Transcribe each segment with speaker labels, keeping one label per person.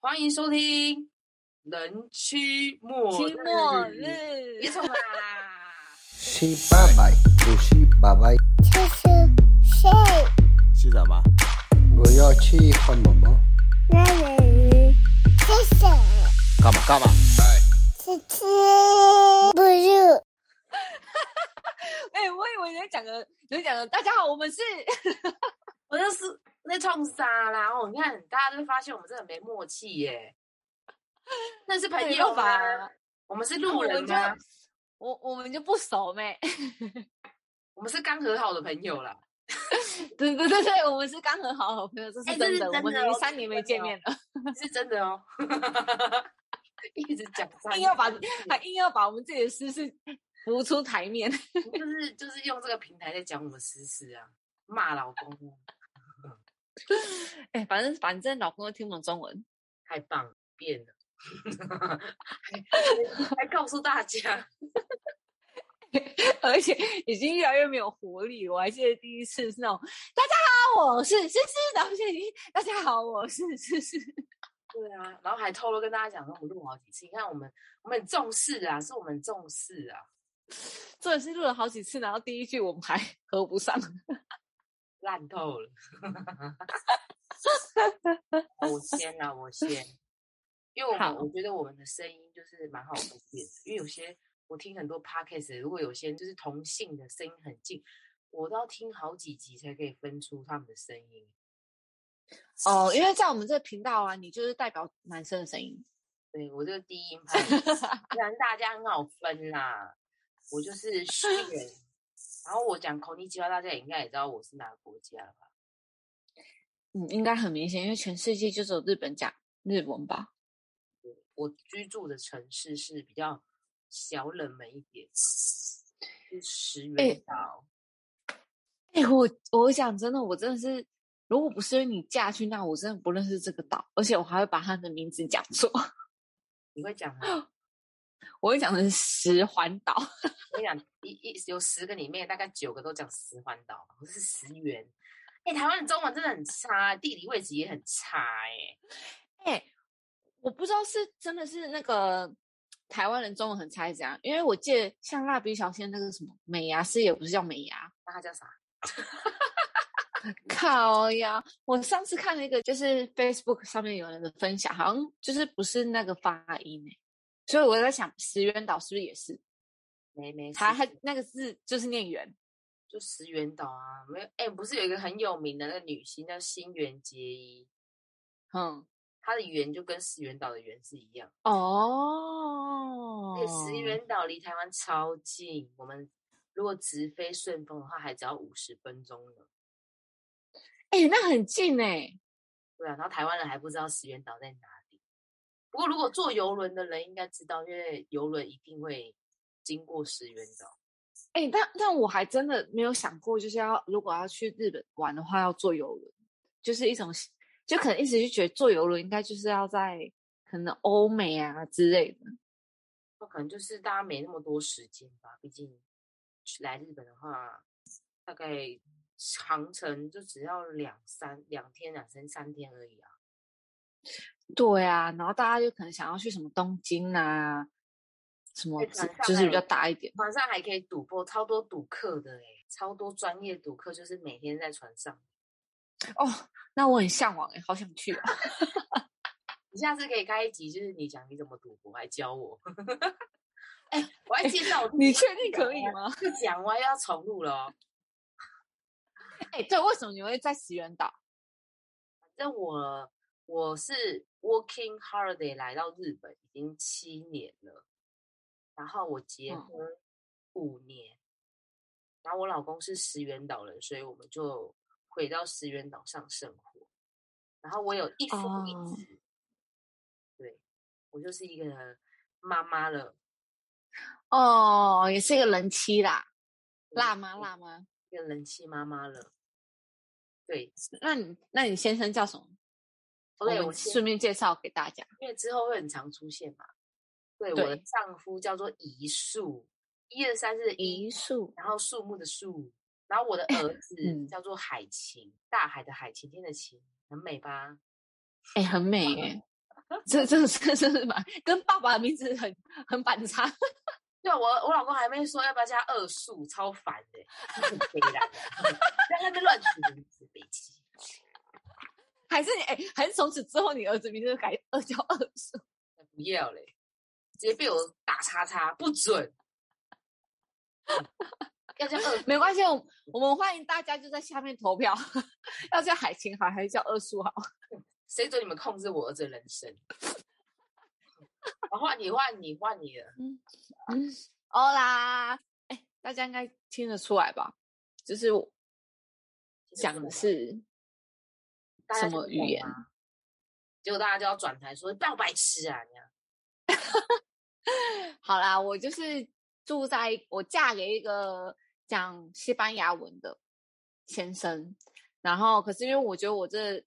Speaker 1: 欢迎收听《人妻末
Speaker 2: 期末
Speaker 1: 日》，
Speaker 2: 日
Speaker 1: 别，冲啦！
Speaker 3: 西八百，不是八百，
Speaker 4: 就是谁？
Speaker 5: 是什么？
Speaker 3: 我要去看妈妈。
Speaker 4: 那个鱼是谁？
Speaker 5: 干嘛干嘛？
Speaker 4: 是吃不是？
Speaker 2: 哎、我以为你在讲个，你在讲个，大家好，我们是，
Speaker 1: 我就是那冲啥啦？哦，你看大家都发现我们真的没默契耶。那是朋友吧？我们是路
Speaker 2: 我
Speaker 1: 人
Speaker 2: 们就
Speaker 1: 吗？
Speaker 2: 我我们就不熟妹，
Speaker 1: 我们是刚和好的朋友啦。
Speaker 2: 对对对对，我们是刚和好好朋友，这
Speaker 1: 哎
Speaker 2: 是
Speaker 1: 这是
Speaker 2: 真的，
Speaker 1: 真
Speaker 2: 我们
Speaker 1: 的
Speaker 2: 已经
Speaker 1: 哦
Speaker 2: 三年没见面了，
Speaker 1: 是真的哦， 一直讲三哎
Speaker 2: 硬要把
Speaker 1: 次
Speaker 2: 还硬要把我们自己的私事浮出台面，
Speaker 1: 就是就是用这个平台在讲我们私事啊，骂老公啊，
Speaker 2: 哎、反正反正老公都听不懂中文，
Speaker 1: 太棒了，变了， 还还告诉大家，
Speaker 2: 而且已经越来越没有活力。我还记得第一次是那种大家好，我是诗诗，然后现在已经大家好，我是诗诗，
Speaker 1: 对啊，然后还偷偷跟大家讲说我们录好几次，你看我们我们很重视啊，是我们重视啊，
Speaker 2: 真的是录了好几次，然后第一句我们还合不上。
Speaker 1: 烂透了，我先啊，我先，因为我
Speaker 2: 好
Speaker 1: 们我觉得我们的声音就是蛮好分辨的，因为有些我听很多 podcast，如果有些就是同性的声音很近，我都要听好几集才可以分出他们的声音。
Speaker 2: 哦，因为在我们这个频道啊，你就是代表男生的声音。
Speaker 1: 对我这个低音派，不然大家很好分啦。我就是炫，然后我讲口音计划，大家也应该也知道我是哪个国家了吧？
Speaker 2: 嗯，应该很明显，因为全世界就只有日本讲日文吧。
Speaker 1: 我居住的城市是比较小冷门一点，是石
Speaker 2: 哎
Speaker 1: 原岛。
Speaker 2: 哎、我我讲真的，我真的是，如果不是因为你嫁去那，我真的不认识这个岛，而且我还会把它的名字讲错，
Speaker 1: 你会讲吗？
Speaker 2: 我会讲成石环岛。
Speaker 1: 我跟你讲，一一有十个里面，大概九个都讲石环岛，我是石原。哎、台湾的中文真的很差，地理位置也很差、哎，
Speaker 2: 哎、我不知道是真的是那个台湾人中文很差还是怎样，因为我记得像蜡笔小新那个什么美牙师也不是叫美牙，
Speaker 1: 那它叫啥？
Speaker 2: 靠呀！我上次看了一个，就是 Facebook 上面有人的分享，好像就是不是那个发音哎、所以我在想，石原岛是不是也是？
Speaker 1: 没没事，
Speaker 2: 他他那个字就是念原
Speaker 1: 就石原岛啊，没有哎、不是有一个很有名的那个女星叫新垣结衣，
Speaker 2: 嗯，
Speaker 1: 她的原就跟石原岛的原是一样。
Speaker 2: 哦
Speaker 1: 而且石原岛离台湾超近，我们如果直飞顺风的话，还只要五十分钟呢。
Speaker 2: 哎、那很近哎、
Speaker 1: 对啊，然后台湾人还不知道石原岛在哪里。不过如果坐游轮的人应该知道，因为游轮一定会经过石原岛。
Speaker 2: 哎、但但我还真的没有想过，就是要如果要去日本玩的话，要坐游轮，就是一种，就可能一直就觉得坐游轮应该就是要在可能欧美啊之类的。
Speaker 1: 那可能就是大家没那么多时间吧，毕竟去来日本的话，大概航程就只要两三两天、两三三天而已啊。
Speaker 2: 对啊，然后大家就可能想要去什么东京啊，什么
Speaker 1: 对
Speaker 2: 之
Speaker 1: 船上
Speaker 2: 就是
Speaker 1: 还
Speaker 2: 比较
Speaker 1: 有
Speaker 2: 大一点。
Speaker 1: 船上还可以赌博，超多赌客的哎、超多专业赌客，就是每天在船上。
Speaker 2: 哦，那我很向往哎、好想去哦。
Speaker 1: 你下次可以开一集，就是你讲你怎么赌博，还教我。 哎、我还介绍我自己
Speaker 2: 你确定可以吗？
Speaker 1: 就啊讲完又要重录了、哦。
Speaker 2: 哎、对，为什么你会在石原岛？
Speaker 1: 反正我我是 working holiday 来到日本已经七年了，然后我结
Speaker 2: 嗯
Speaker 1: 婚五年，然后我老公是石原岛人，所以我们就回到石原岛上生活。然后我有一夫一
Speaker 2: 哦
Speaker 1: 子，对我就是一个妈妈了，
Speaker 2: 哦，也是一个人妻啦，辣
Speaker 1: 嗯
Speaker 2: 妈辣妈。
Speaker 1: 一个人气妈妈了。对，
Speaker 2: 那你那你先生叫什么？
Speaker 1: 哦对
Speaker 2: 我
Speaker 1: 我
Speaker 2: 们
Speaker 1: 先
Speaker 2: 顺便介绍给大家。
Speaker 1: 因为之后会很常出现嘛。对，我的
Speaker 2: 对
Speaker 1: 丈夫叫做遗树，一二三四的
Speaker 2: 一
Speaker 1: 遗，
Speaker 2: 树，
Speaker 1: 然后树木的树，然后我的儿子
Speaker 2: 嗯
Speaker 1: 叫做海晴，大海的海，晴天的晴，很美吧？
Speaker 2: 哎、很美耶、这这这这是蛮跟爸爸的名字很很反差。
Speaker 1: 对啊我我老公还没说要不要加二数，超烦的，很悲然，在那边乱取名字，北极。
Speaker 2: 还是你哎、还是从此之后你儿子名字就改 二叫二叔，
Speaker 1: 哎不要嘞，直接被我打叉叉，不准。嗯要叫二
Speaker 2: 没关系，我我们欢迎大家就在下面投票， 要叫海清好还是叫二叔好？
Speaker 1: 谁准你们控制我儿子的人生？我换你，换你，换你了。
Speaker 2: 哦啦，哎、大家应该听得出来吧？就是我讲的是
Speaker 1: 大家
Speaker 2: 什
Speaker 1: 听
Speaker 2: 么
Speaker 1: 得
Speaker 2: 语
Speaker 1: 懂
Speaker 2: 言？
Speaker 1: 吗？结果大家就要转台说你扮白痴啊！你啊
Speaker 2: 好啦，我就是住在我嫁给一个讲西班牙文的先生，然后可是因为我觉得我这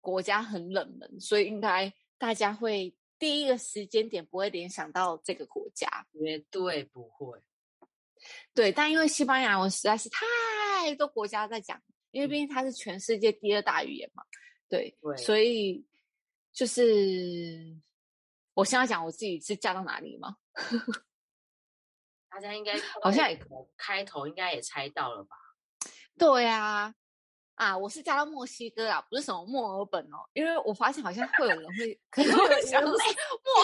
Speaker 2: 国家很冷门，所以应该大家会第一个时间点不会联想到这个国家。
Speaker 1: 绝对不会。
Speaker 2: 对，但因为西班牙文实在是太多国家在讲，因为毕竟它是全世界第二大语言嘛，对，
Speaker 1: 对
Speaker 2: 所以就是我现在讲我自己是嫁到哪里嘛，
Speaker 1: 大家应该
Speaker 2: 好像也
Speaker 1: 开头应该也猜到了吧？
Speaker 2: 对呀、啊，我是嫁到墨西哥啊，不是什么墨尔本哦，因为我发现好像会有人会可能会想说哎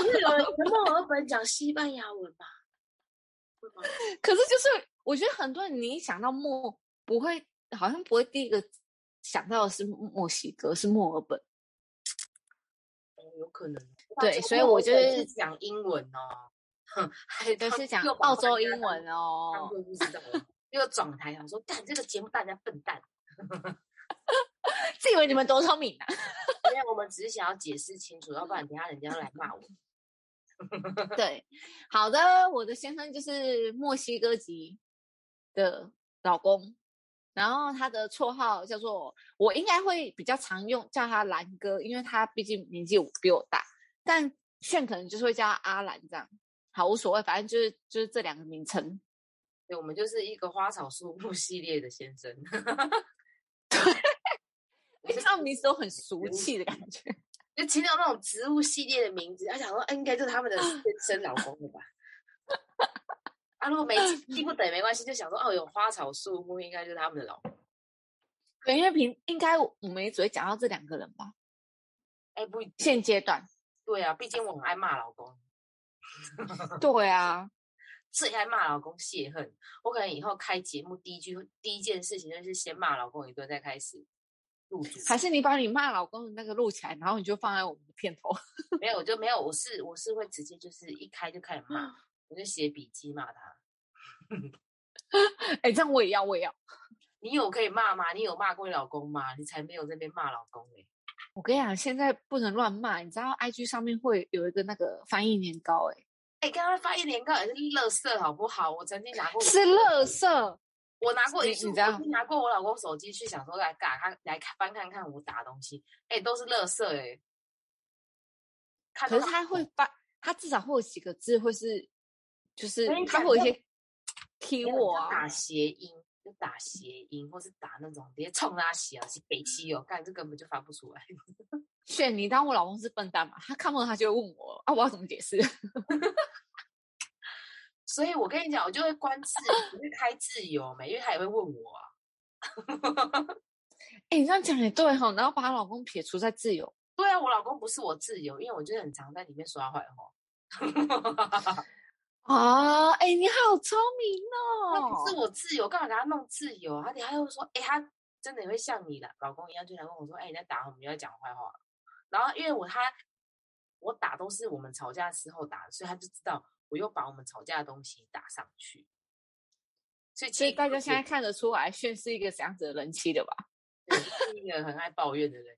Speaker 2: 墨尔本，
Speaker 1: 墨尔本讲西班牙文吧？会吗？
Speaker 2: 可是就是我觉得很多人你一想到墨不会，好像不会第一个想到的是墨西哥，是墨尔本。
Speaker 1: 哦有可能。
Speaker 2: 对
Speaker 1: 这个
Speaker 2: 所以
Speaker 1: 墨
Speaker 2: 我
Speaker 1: 尔
Speaker 2: 就
Speaker 1: 本
Speaker 2: 是
Speaker 1: 讲英文哦，哼，还
Speaker 2: 都
Speaker 1: 当
Speaker 2: 是讲
Speaker 1: 又把
Speaker 2: 澳
Speaker 1: 大
Speaker 2: 洲
Speaker 1: 家
Speaker 2: 英
Speaker 1: 当
Speaker 2: 文哦
Speaker 1: 当。做不知道了， 又转台想说，干这个节目大家笨蛋。
Speaker 2: 自以为你们多 聪明啊！
Speaker 1: 因为我们只是想要解释清楚，要不然等一下人家来骂我。
Speaker 2: 对，好的，我的先生就是墨西哥籍的老公，然后他的绰号叫做，我应该会比较常用叫他兰哥，因为他毕竟年纪比我大，但炫可能就是会叫他阿兰这样。好，无所谓，反正就是就是这两个名称。
Speaker 1: 对，我们就是一个花草树木系列的先 生，
Speaker 2: 你知道名字都很俗气的感觉。
Speaker 1: 就听到那种植物系列的名字，他想说，哎，应该就是他们的 先生老公了吧？啊，如果没记不得也没关系，就想说，哦，有花草树木，应该就是他们的老公。
Speaker 2: 对，因为平应该我们也只会讲到这两个人吧，
Speaker 1: 哎，不一定，
Speaker 2: 现阶段。
Speaker 1: 对啊，毕竟我很爱骂老公。嗯
Speaker 2: 对啊，
Speaker 1: 最爱骂老公泄恨。我可能以后开节目第一句第一件事情就是先骂老公一顿，再开始入主。
Speaker 2: 还是你把你骂老公的那个录起来，然后你就放在我们的片头。
Speaker 1: 没有，我就没有，我是我是会直接就是一开就开始
Speaker 2: 嗯
Speaker 1: 骂，我就写笔记骂他。
Speaker 2: 哎，这样我也要，我也要。
Speaker 1: 你有可以骂吗？你有骂过你老公吗？你才没有在那边骂老公欸嘞、
Speaker 2: 我跟你讲，现在不能乱骂，你知道，IG 上面会有一个那个翻译年糕、欸，
Speaker 1: 哎、刚刚发一年糕也是乐色，好不好？我曾经拿过我，
Speaker 2: 是垃圾。
Speaker 1: 我拿过
Speaker 2: 你
Speaker 1: 一次，
Speaker 2: 你
Speaker 1: 我
Speaker 2: 知道
Speaker 1: 曾经拿过我老公手机去想说来打看来看翻看看我打的东西，哎、都是乐色哎。看
Speaker 2: 可
Speaker 1: 到
Speaker 2: 是他会翻，他至少会有几个字会是，就是
Speaker 1: 我跟你
Speaker 2: 他
Speaker 1: 讲
Speaker 2: 会有一
Speaker 1: 那
Speaker 2: 些 key
Speaker 1: 没有你就
Speaker 2: word 啊
Speaker 1: 打。谐音，就打谐音，或是打那种直接冲他写啊，是北七哦，干这根本就翻不出来。
Speaker 2: 炫，你当我老公是笨蛋嘛？他看不懂，他就会问我啊，我要怎么解释？
Speaker 1: 所以我跟你讲，我就会关自，我就开自由没，因为他也会问我啊。
Speaker 2: 哎、你这样讲也对哈、然后把老公撇除在自由。
Speaker 1: 对啊，我老公不是我自由，因为我就是很常在里面说他坏话。
Speaker 2: 哦，哎、你好聪明
Speaker 1: 他
Speaker 2: 哦！
Speaker 1: 不是我自由，干嘛给他弄自由啊？而且他又说，哎、他真的也会像你的老公一样，就来问我说，哎、你在打我们，又在讲坏话。啊然后因为我他我打都是我们吵架之后打的，所以他就知道我又把我们吵架的东西打上去。所以其
Speaker 2: 所以
Speaker 1: 实
Speaker 2: 大
Speaker 1: 我
Speaker 2: 家现在
Speaker 1: 也
Speaker 2: 看得出来，炫是一个怎样子的人妻的吧？
Speaker 1: 对是一个很爱抱怨的人。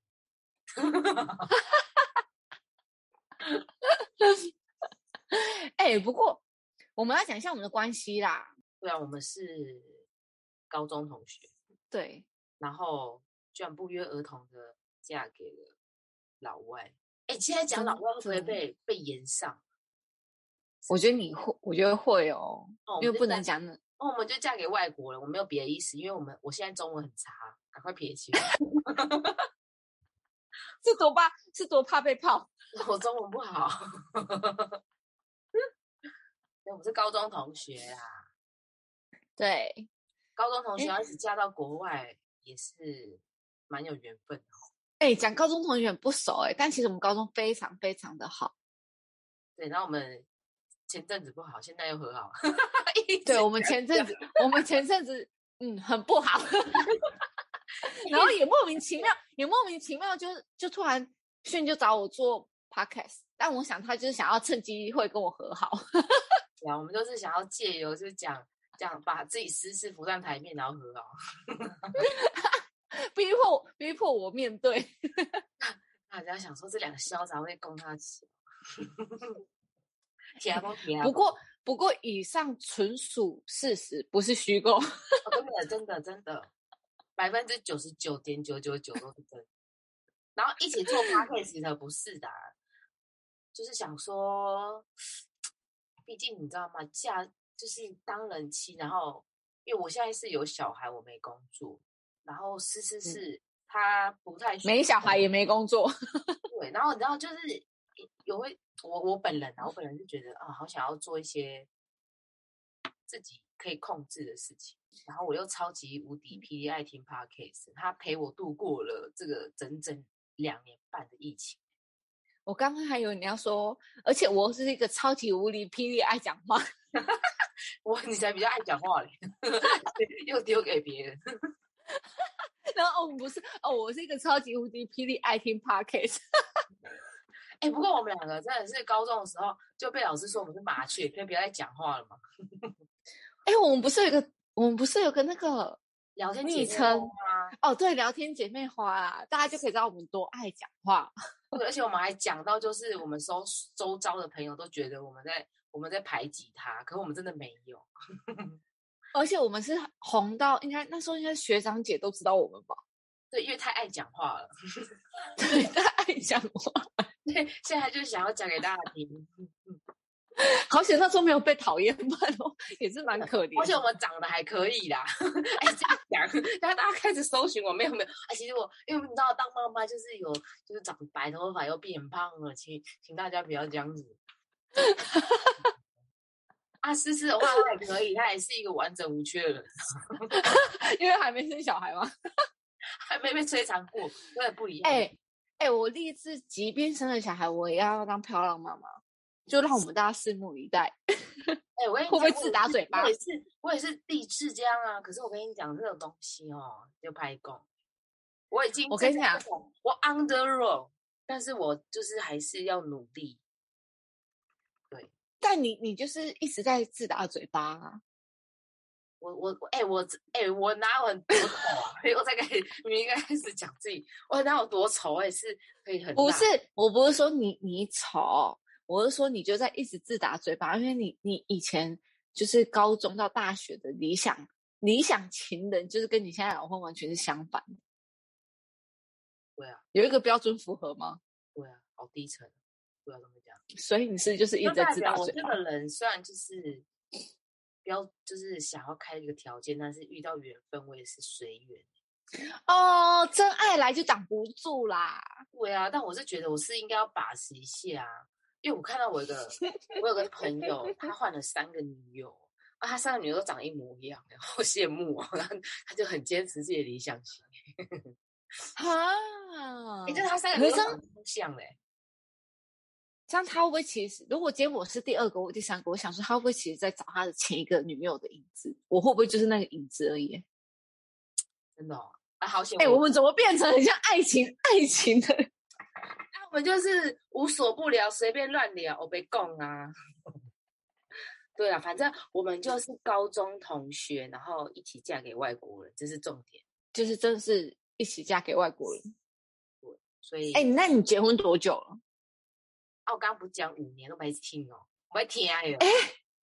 Speaker 2: 哎、不过我们要讲一下我们的关系啦。
Speaker 1: 对啊，我们是高中同学，
Speaker 2: 对，
Speaker 1: 然后居然不约而同的嫁给了老外。哎，现在讲老
Speaker 2: 真
Speaker 1: 外会不会
Speaker 2: 的
Speaker 1: 被被延上？
Speaker 2: 我觉得你会，我觉得会哦，
Speaker 1: 哦，我
Speaker 2: 因
Speaker 1: 们就
Speaker 2: 为不
Speaker 1: 嫁
Speaker 2: 能讲那
Speaker 1: 哦，我们就嫁给外国人，我没有别的意思，因为我们我现在中文很差，赶快撇清。
Speaker 2: 是多怕是多怕被泡。
Speaker 1: 我中文不好。 对，我们是高中同学啊，
Speaker 2: 对，
Speaker 1: 高中同学
Speaker 2: 诶
Speaker 1: 要一起嫁到国外也是蛮有缘分的哦。
Speaker 2: 哎、讲高中同学很不熟哎、但其实我们高中非常非常的 好。
Speaker 1: 对，然后我们前阵子不好，现在又和好。
Speaker 2: 对，我们前阵子，我们前阵子，嗯，很不好， 然后也莫名其妙，也莫名其妙就，就突然炫就找我做 podcast，但我想他就是想要趁机会跟我和好，
Speaker 1: 对啊，我们就是想要借由就是讲讲把自己私事浮上台面，然后和好。
Speaker 2: 逼迫逼迫我面对。
Speaker 1: 大家想说这两个潇洒会供他 起，铁不铁啊
Speaker 2: 不过，不过以上纯属事实，不是虚构。
Speaker 1: 哦真的真的真的，百分之九十九点九九九都是真的。然后一起 做 podcast 的不是的啊、就是想说，毕竟你知道吗？嫁就是当人妻，然后因为我现在是有小孩，我没工作，然后思思是他不太需
Speaker 2: 嗯没小孩也没工作，
Speaker 1: 对，然后你知道就是有会我我本人啊，我本人是觉得啊，好想要做一些自己可以控制的事情，然后我又超级无
Speaker 2: 嗯
Speaker 1: 敌霹雳爱听 podcast，他陪我度过了这个整整两年半的疫情。
Speaker 2: 我刚刚还以为你要说，而且我是一个超级无理霹雳爱讲话。
Speaker 1: 我你才比较爱讲话嘞，又丢给别人。
Speaker 2: 然后哦，不是哦，我是一个超级无敌霹雳爱听 podcast。
Speaker 1: 哎、不过我们两个真的是高中的时候就被老师说我们是麻雀，可以不要再讲话了嘛。
Speaker 2: 哎，我们不是有一个，我们不是有个那个
Speaker 1: 聊天
Speaker 2: 昵
Speaker 1: 姐妹花
Speaker 2: 称
Speaker 1: 啊，
Speaker 2: 哦，对，聊天姐妹花啊，大家就可以知道我们多爱讲话。
Speaker 1: 对而且我们还讲到，就是我们周周遭的朋友都觉得我们在我们在排挤他，可我们真的没有。
Speaker 2: 而且我们是红到，应该那时候应该学长姐都知道我们吧？
Speaker 1: 对，因为太爱讲话了，
Speaker 2: 对，他爱讲话。
Speaker 1: 对，现在就想要讲给大家 听。
Speaker 2: 好险那时候没有被讨厌， 不然哦也是蛮可怜。
Speaker 1: 而且我们长得还可以啦， 哎，这样讲，大家大家开始搜寻我，没有没有，哎，其实我因为你知道当妈妈就是有就是长白头发又变胖了，请请大家不要这样子。 啊，思思的话她也可以，她也是一个完整无缺的人，
Speaker 2: 因为还没生小孩嘛。
Speaker 1: 还没被摧残过，有点不一样。
Speaker 2: 哎、哎、我立志，即便生了小孩，我也要当漂亮妈妈，就让我们大家拭目以待。
Speaker 1: 哎、我跟你
Speaker 2: 会不会
Speaker 1: 讲
Speaker 2: 自
Speaker 1: 我
Speaker 2: 打
Speaker 1: 是
Speaker 2: 嘴巴
Speaker 1: 我也是，我也是励志这样啊。可是我跟你讲，这种东西哦，就拍供。我已经
Speaker 2: 我跟
Speaker 1: 真
Speaker 2: 你
Speaker 1: 的
Speaker 2: 讲
Speaker 1: 那种，我 on the road，但是我就是还是要努力。
Speaker 2: 但你你就是一直在自打嘴巴啊！
Speaker 1: 我我我哎、我这哎、我哪有很多丑啊？ 我在跟你你应该开始讲自己，我哪有多丑？我也是可以很
Speaker 2: 不
Speaker 1: 辣
Speaker 2: 是，我不是说你你丑，我是说你就在一直自打嘴巴，因为你你以前就是高中到大学的理想理想情人，就是跟你现在老公完全是相反的。
Speaker 1: 对啊，
Speaker 2: 有一个标准符合吗？
Speaker 1: 对啊，好低沉，不要这么讲。
Speaker 2: 所以你是就是一
Speaker 1: 就
Speaker 2: 直在
Speaker 1: 代
Speaker 2: 自
Speaker 1: 表
Speaker 2: 打
Speaker 1: 我
Speaker 2: 嘴
Speaker 1: 这
Speaker 2: 巴
Speaker 1: 个。人虽然就是不要，就是想要开一个条件，但是遇到缘分，我也是随缘。
Speaker 2: 哦，真爱来就挡不住啦。
Speaker 1: 对啊，但我是觉得我是应该要把持一下啊，因为我看到我有个我有个朋友，他换了三个女友啊，他三个女友都长一模一样，欸 好羡慕哦。然后他就很坚持自己的理想型，
Speaker 2: 哈，
Speaker 1: 也、就是他三个
Speaker 2: 可
Speaker 1: 女
Speaker 2: 是
Speaker 1: 友
Speaker 2: 这
Speaker 1: 都
Speaker 2: 样
Speaker 1: 长得不像嘞、
Speaker 2: 这样他会不会其实，如果今天我是第二个，我第三个，我想说他会不会其实在找他的前一个女友的影子？我会不会就是那个影子而已？
Speaker 1: 真的、哦、啊，好险！
Speaker 2: 哎、我们怎么变成很像爱情爱情的？
Speaker 1: 啊我们就是无所不聊，随便乱聊，我被供啊。 对啊，反正我们就是高中同学，然后一起嫁给外国人，这是重点。
Speaker 2: 就是真的是一起嫁给外国人？
Speaker 1: 所以，
Speaker 2: 哎、那你结婚多久了？
Speaker 1: 啊，我刚刚不是讲五年都没听哦，我没听啊哟。
Speaker 2: 哎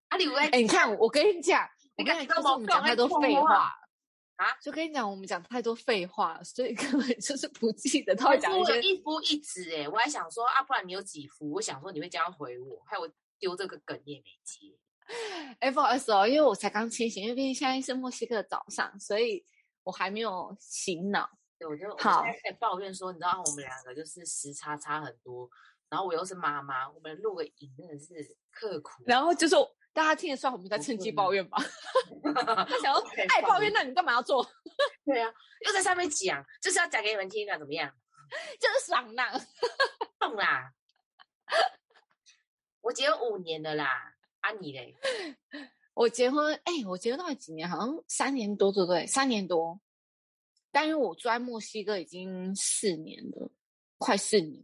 Speaker 1: 啊，你有在
Speaker 2: 哎、你看，我跟你讲，我跟你讲，就是我们讲太多废话
Speaker 1: 啊
Speaker 2: 就跟你讲，我们讲太多废话，所以根本就是不记得他
Speaker 1: 我
Speaker 2: 会
Speaker 1: 是
Speaker 2: 讲
Speaker 1: 我
Speaker 2: 一
Speaker 1: 有
Speaker 2: 些。
Speaker 1: 一夫一子哎、我还想说啊，不然你有几夫？我想说你会这样回我，害我丢这个梗你也没接。
Speaker 2: 哎、不好意思哦，因为我才刚清醒，因为毕竟现在是墨西哥的早上，所以我还没有醒脑。
Speaker 1: 对，我就我
Speaker 2: 好
Speaker 1: 现在在抱怨说，你知道我们两个就是时差差很多，然后我又是妈妈，我们录个影真的是刻苦。
Speaker 2: 然后就是大家听得出来我们在
Speaker 1: 不
Speaker 2: 趁
Speaker 1: 会
Speaker 2: 机
Speaker 1: 吗
Speaker 2: 抱怨吧？ 他想要
Speaker 1: 太
Speaker 2: 爱
Speaker 1: 棒
Speaker 2: 抱怨，那你干嘛要做？
Speaker 1: 对啊，又在上面讲，就是要讲给你们听啊，怎么样？
Speaker 2: 就是爽朗。
Speaker 1: 懂啦。我结婚五年了啦，啊你嘞？
Speaker 2: 我结婚，哎、我结婚到底几年？好像三年多，对不对？三年多。但因为我住在墨西哥已经四年了，快四年，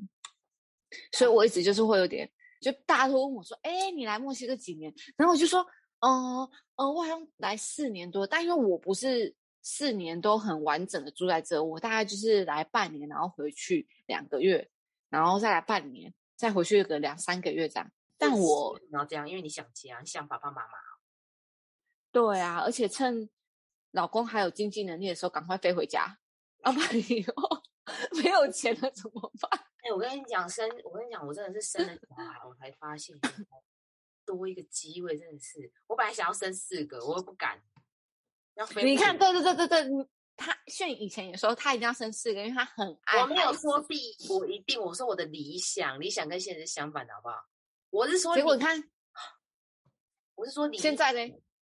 Speaker 2: 所以我一直就是会有点，就大家都问我说：“哎、你来墨西哥几年？”然后我就说：“嗯、嗯、我好像来四年多。”但因为我不是四年都很完整的住在这，我大概就是来半年，然后回去两个月，然后再来半年，再回去个两三个月这样。但我
Speaker 1: 然后这样，因为你想家，你想爸爸妈妈。
Speaker 2: 对啊，而且趁老公还有经济能力的时候，赶快飞回家，要不然以后 没有钱了怎么办？
Speaker 1: 哎、我跟你讲，生，我跟你讲，我真的是生了小孩，我才发现原来多一个机会，真的是。我本来想要生四个，我又不敢。要飞
Speaker 2: 你
Speaker 1: 不
Speaker 2: 看，
Speaker 1: 起，
Speaker 2: 对对对对对，你他炫以前也说他一定要生四个，因为他很爱。
Speaker 1: 我没有说，第一我一定，我说我的理想，理想跟现实相反的，好不好？我是说理，
Speaker 2: 结果你看
Speaker 1: 我是说理
Speaker 2: 现在呢，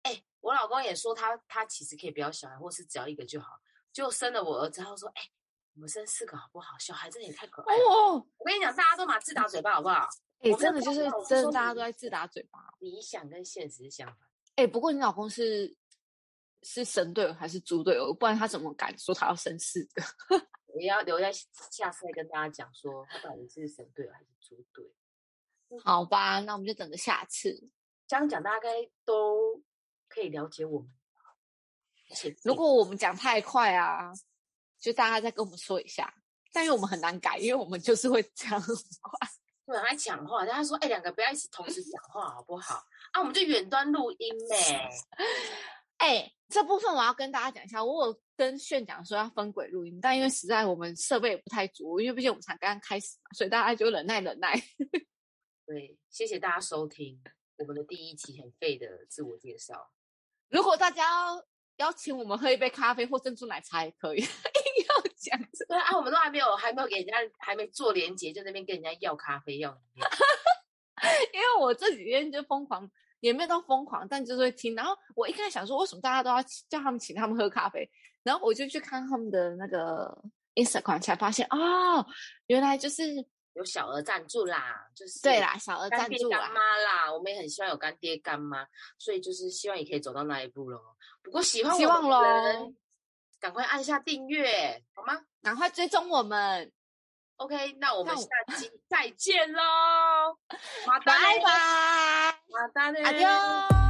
Speaker 1: 哎、我老公也说他他其实可以不要小孩，或是只要一个就好。就生了我儿子，他说：“哎、我们生四个好不好？小孩真的也太可爱了。
Speaker 2: 哦，
Speaker 1: 我跟你讲，大家都马自打嘴巴好不好？
Speaker 2: 哎、
Speaker 1: 我没有
Speaker 2: 真的就
Speaker 1: 说
Speaker 2: 是
Speaker 1: 过我是
Speaker 2: 真的，
Speaker 1: 说
Speaker 2: 大家
Speaker 1: 你
Speaker 2: 都在自打嘴巴。
Speaker 1: 理想跟现实是相反。
Speaker 2: 哎、不过你老公是是神队友还是猪队友？不然他怎么敢说他要生四个？
Speaker 1: 我要留在下次再跟大家讲说，他到底是神队友还是猪队友。
Speaker 2: 好吧，那我们就等着下次。
Speaker 1: 这样讲大概都可以了解我们。而且
Speaker 2: 如果我们讲太快啊，就大家再跟我们说一下。但因为我们很难改，因为我们就是会讲很快。
Speaker 1: 对他讲话，但他说：“哎、两个不要一起同时讲话好不好？”啊，我们就远端录 音呗、
Speaker 2: 哎、这部分我要跟大家讲一下，我有跟炫讲说要分轨录音，但因为实在我们设备也不太足，因为毕竟我们才刚刚开始嘛，所以大家就忍耐忍耐。
Speaker 1: 对，谢谢大家收听我们的第一期很废的自我介绍。
Speaker 2: 如果大家要邀请我们喝一杯咖啡或珍珠奶茶也可以， 硬要讲这
Speaker 1: 对啊，我们都还没有还没有给人家还没做连接，就那边跟人家要咖啡要饮料。
Speaker 2: 因为我这几天就疯狂，也没有到疯狂，但就是会听。然后我一开始想说，为什么大家都要请叫他们请他们喝咖啡？然后我就去看他们的那个 Instagram，才发现哦，原来就是
Speaker 1: 有小额赞助啦，就是
Speaker 2: 对啦，小额
Speaker 1: 干
Speaker 2: 呃赞
Speaker 1: 爹
Speaker 2: 助
Speaker 1: 干
Speaker 2: 啦。
Speaker 1: 妈啦，我们也很希望有干爹干妈，所以就是希望也可以走到那一步咯。不过喜欢
Speaker 2: 希
Speaker 1: 我们
Speaker 2: 望
Speaker 1: 的
Speaker 2: 咯
Speaker 1: 人，赶快按下订阅好吗
Speaker 2: 赶快追踪我们，
Speaker 1: ？OK，那我们
Speaker 2: 那我
Speaker 1: 下期再见喽，马
Speaker 2: 拜
Speaker 1: 达嘞，
Speaker 2: 拜，
Speaker 1: 马达嘞，
Speaker 2: 阿丢。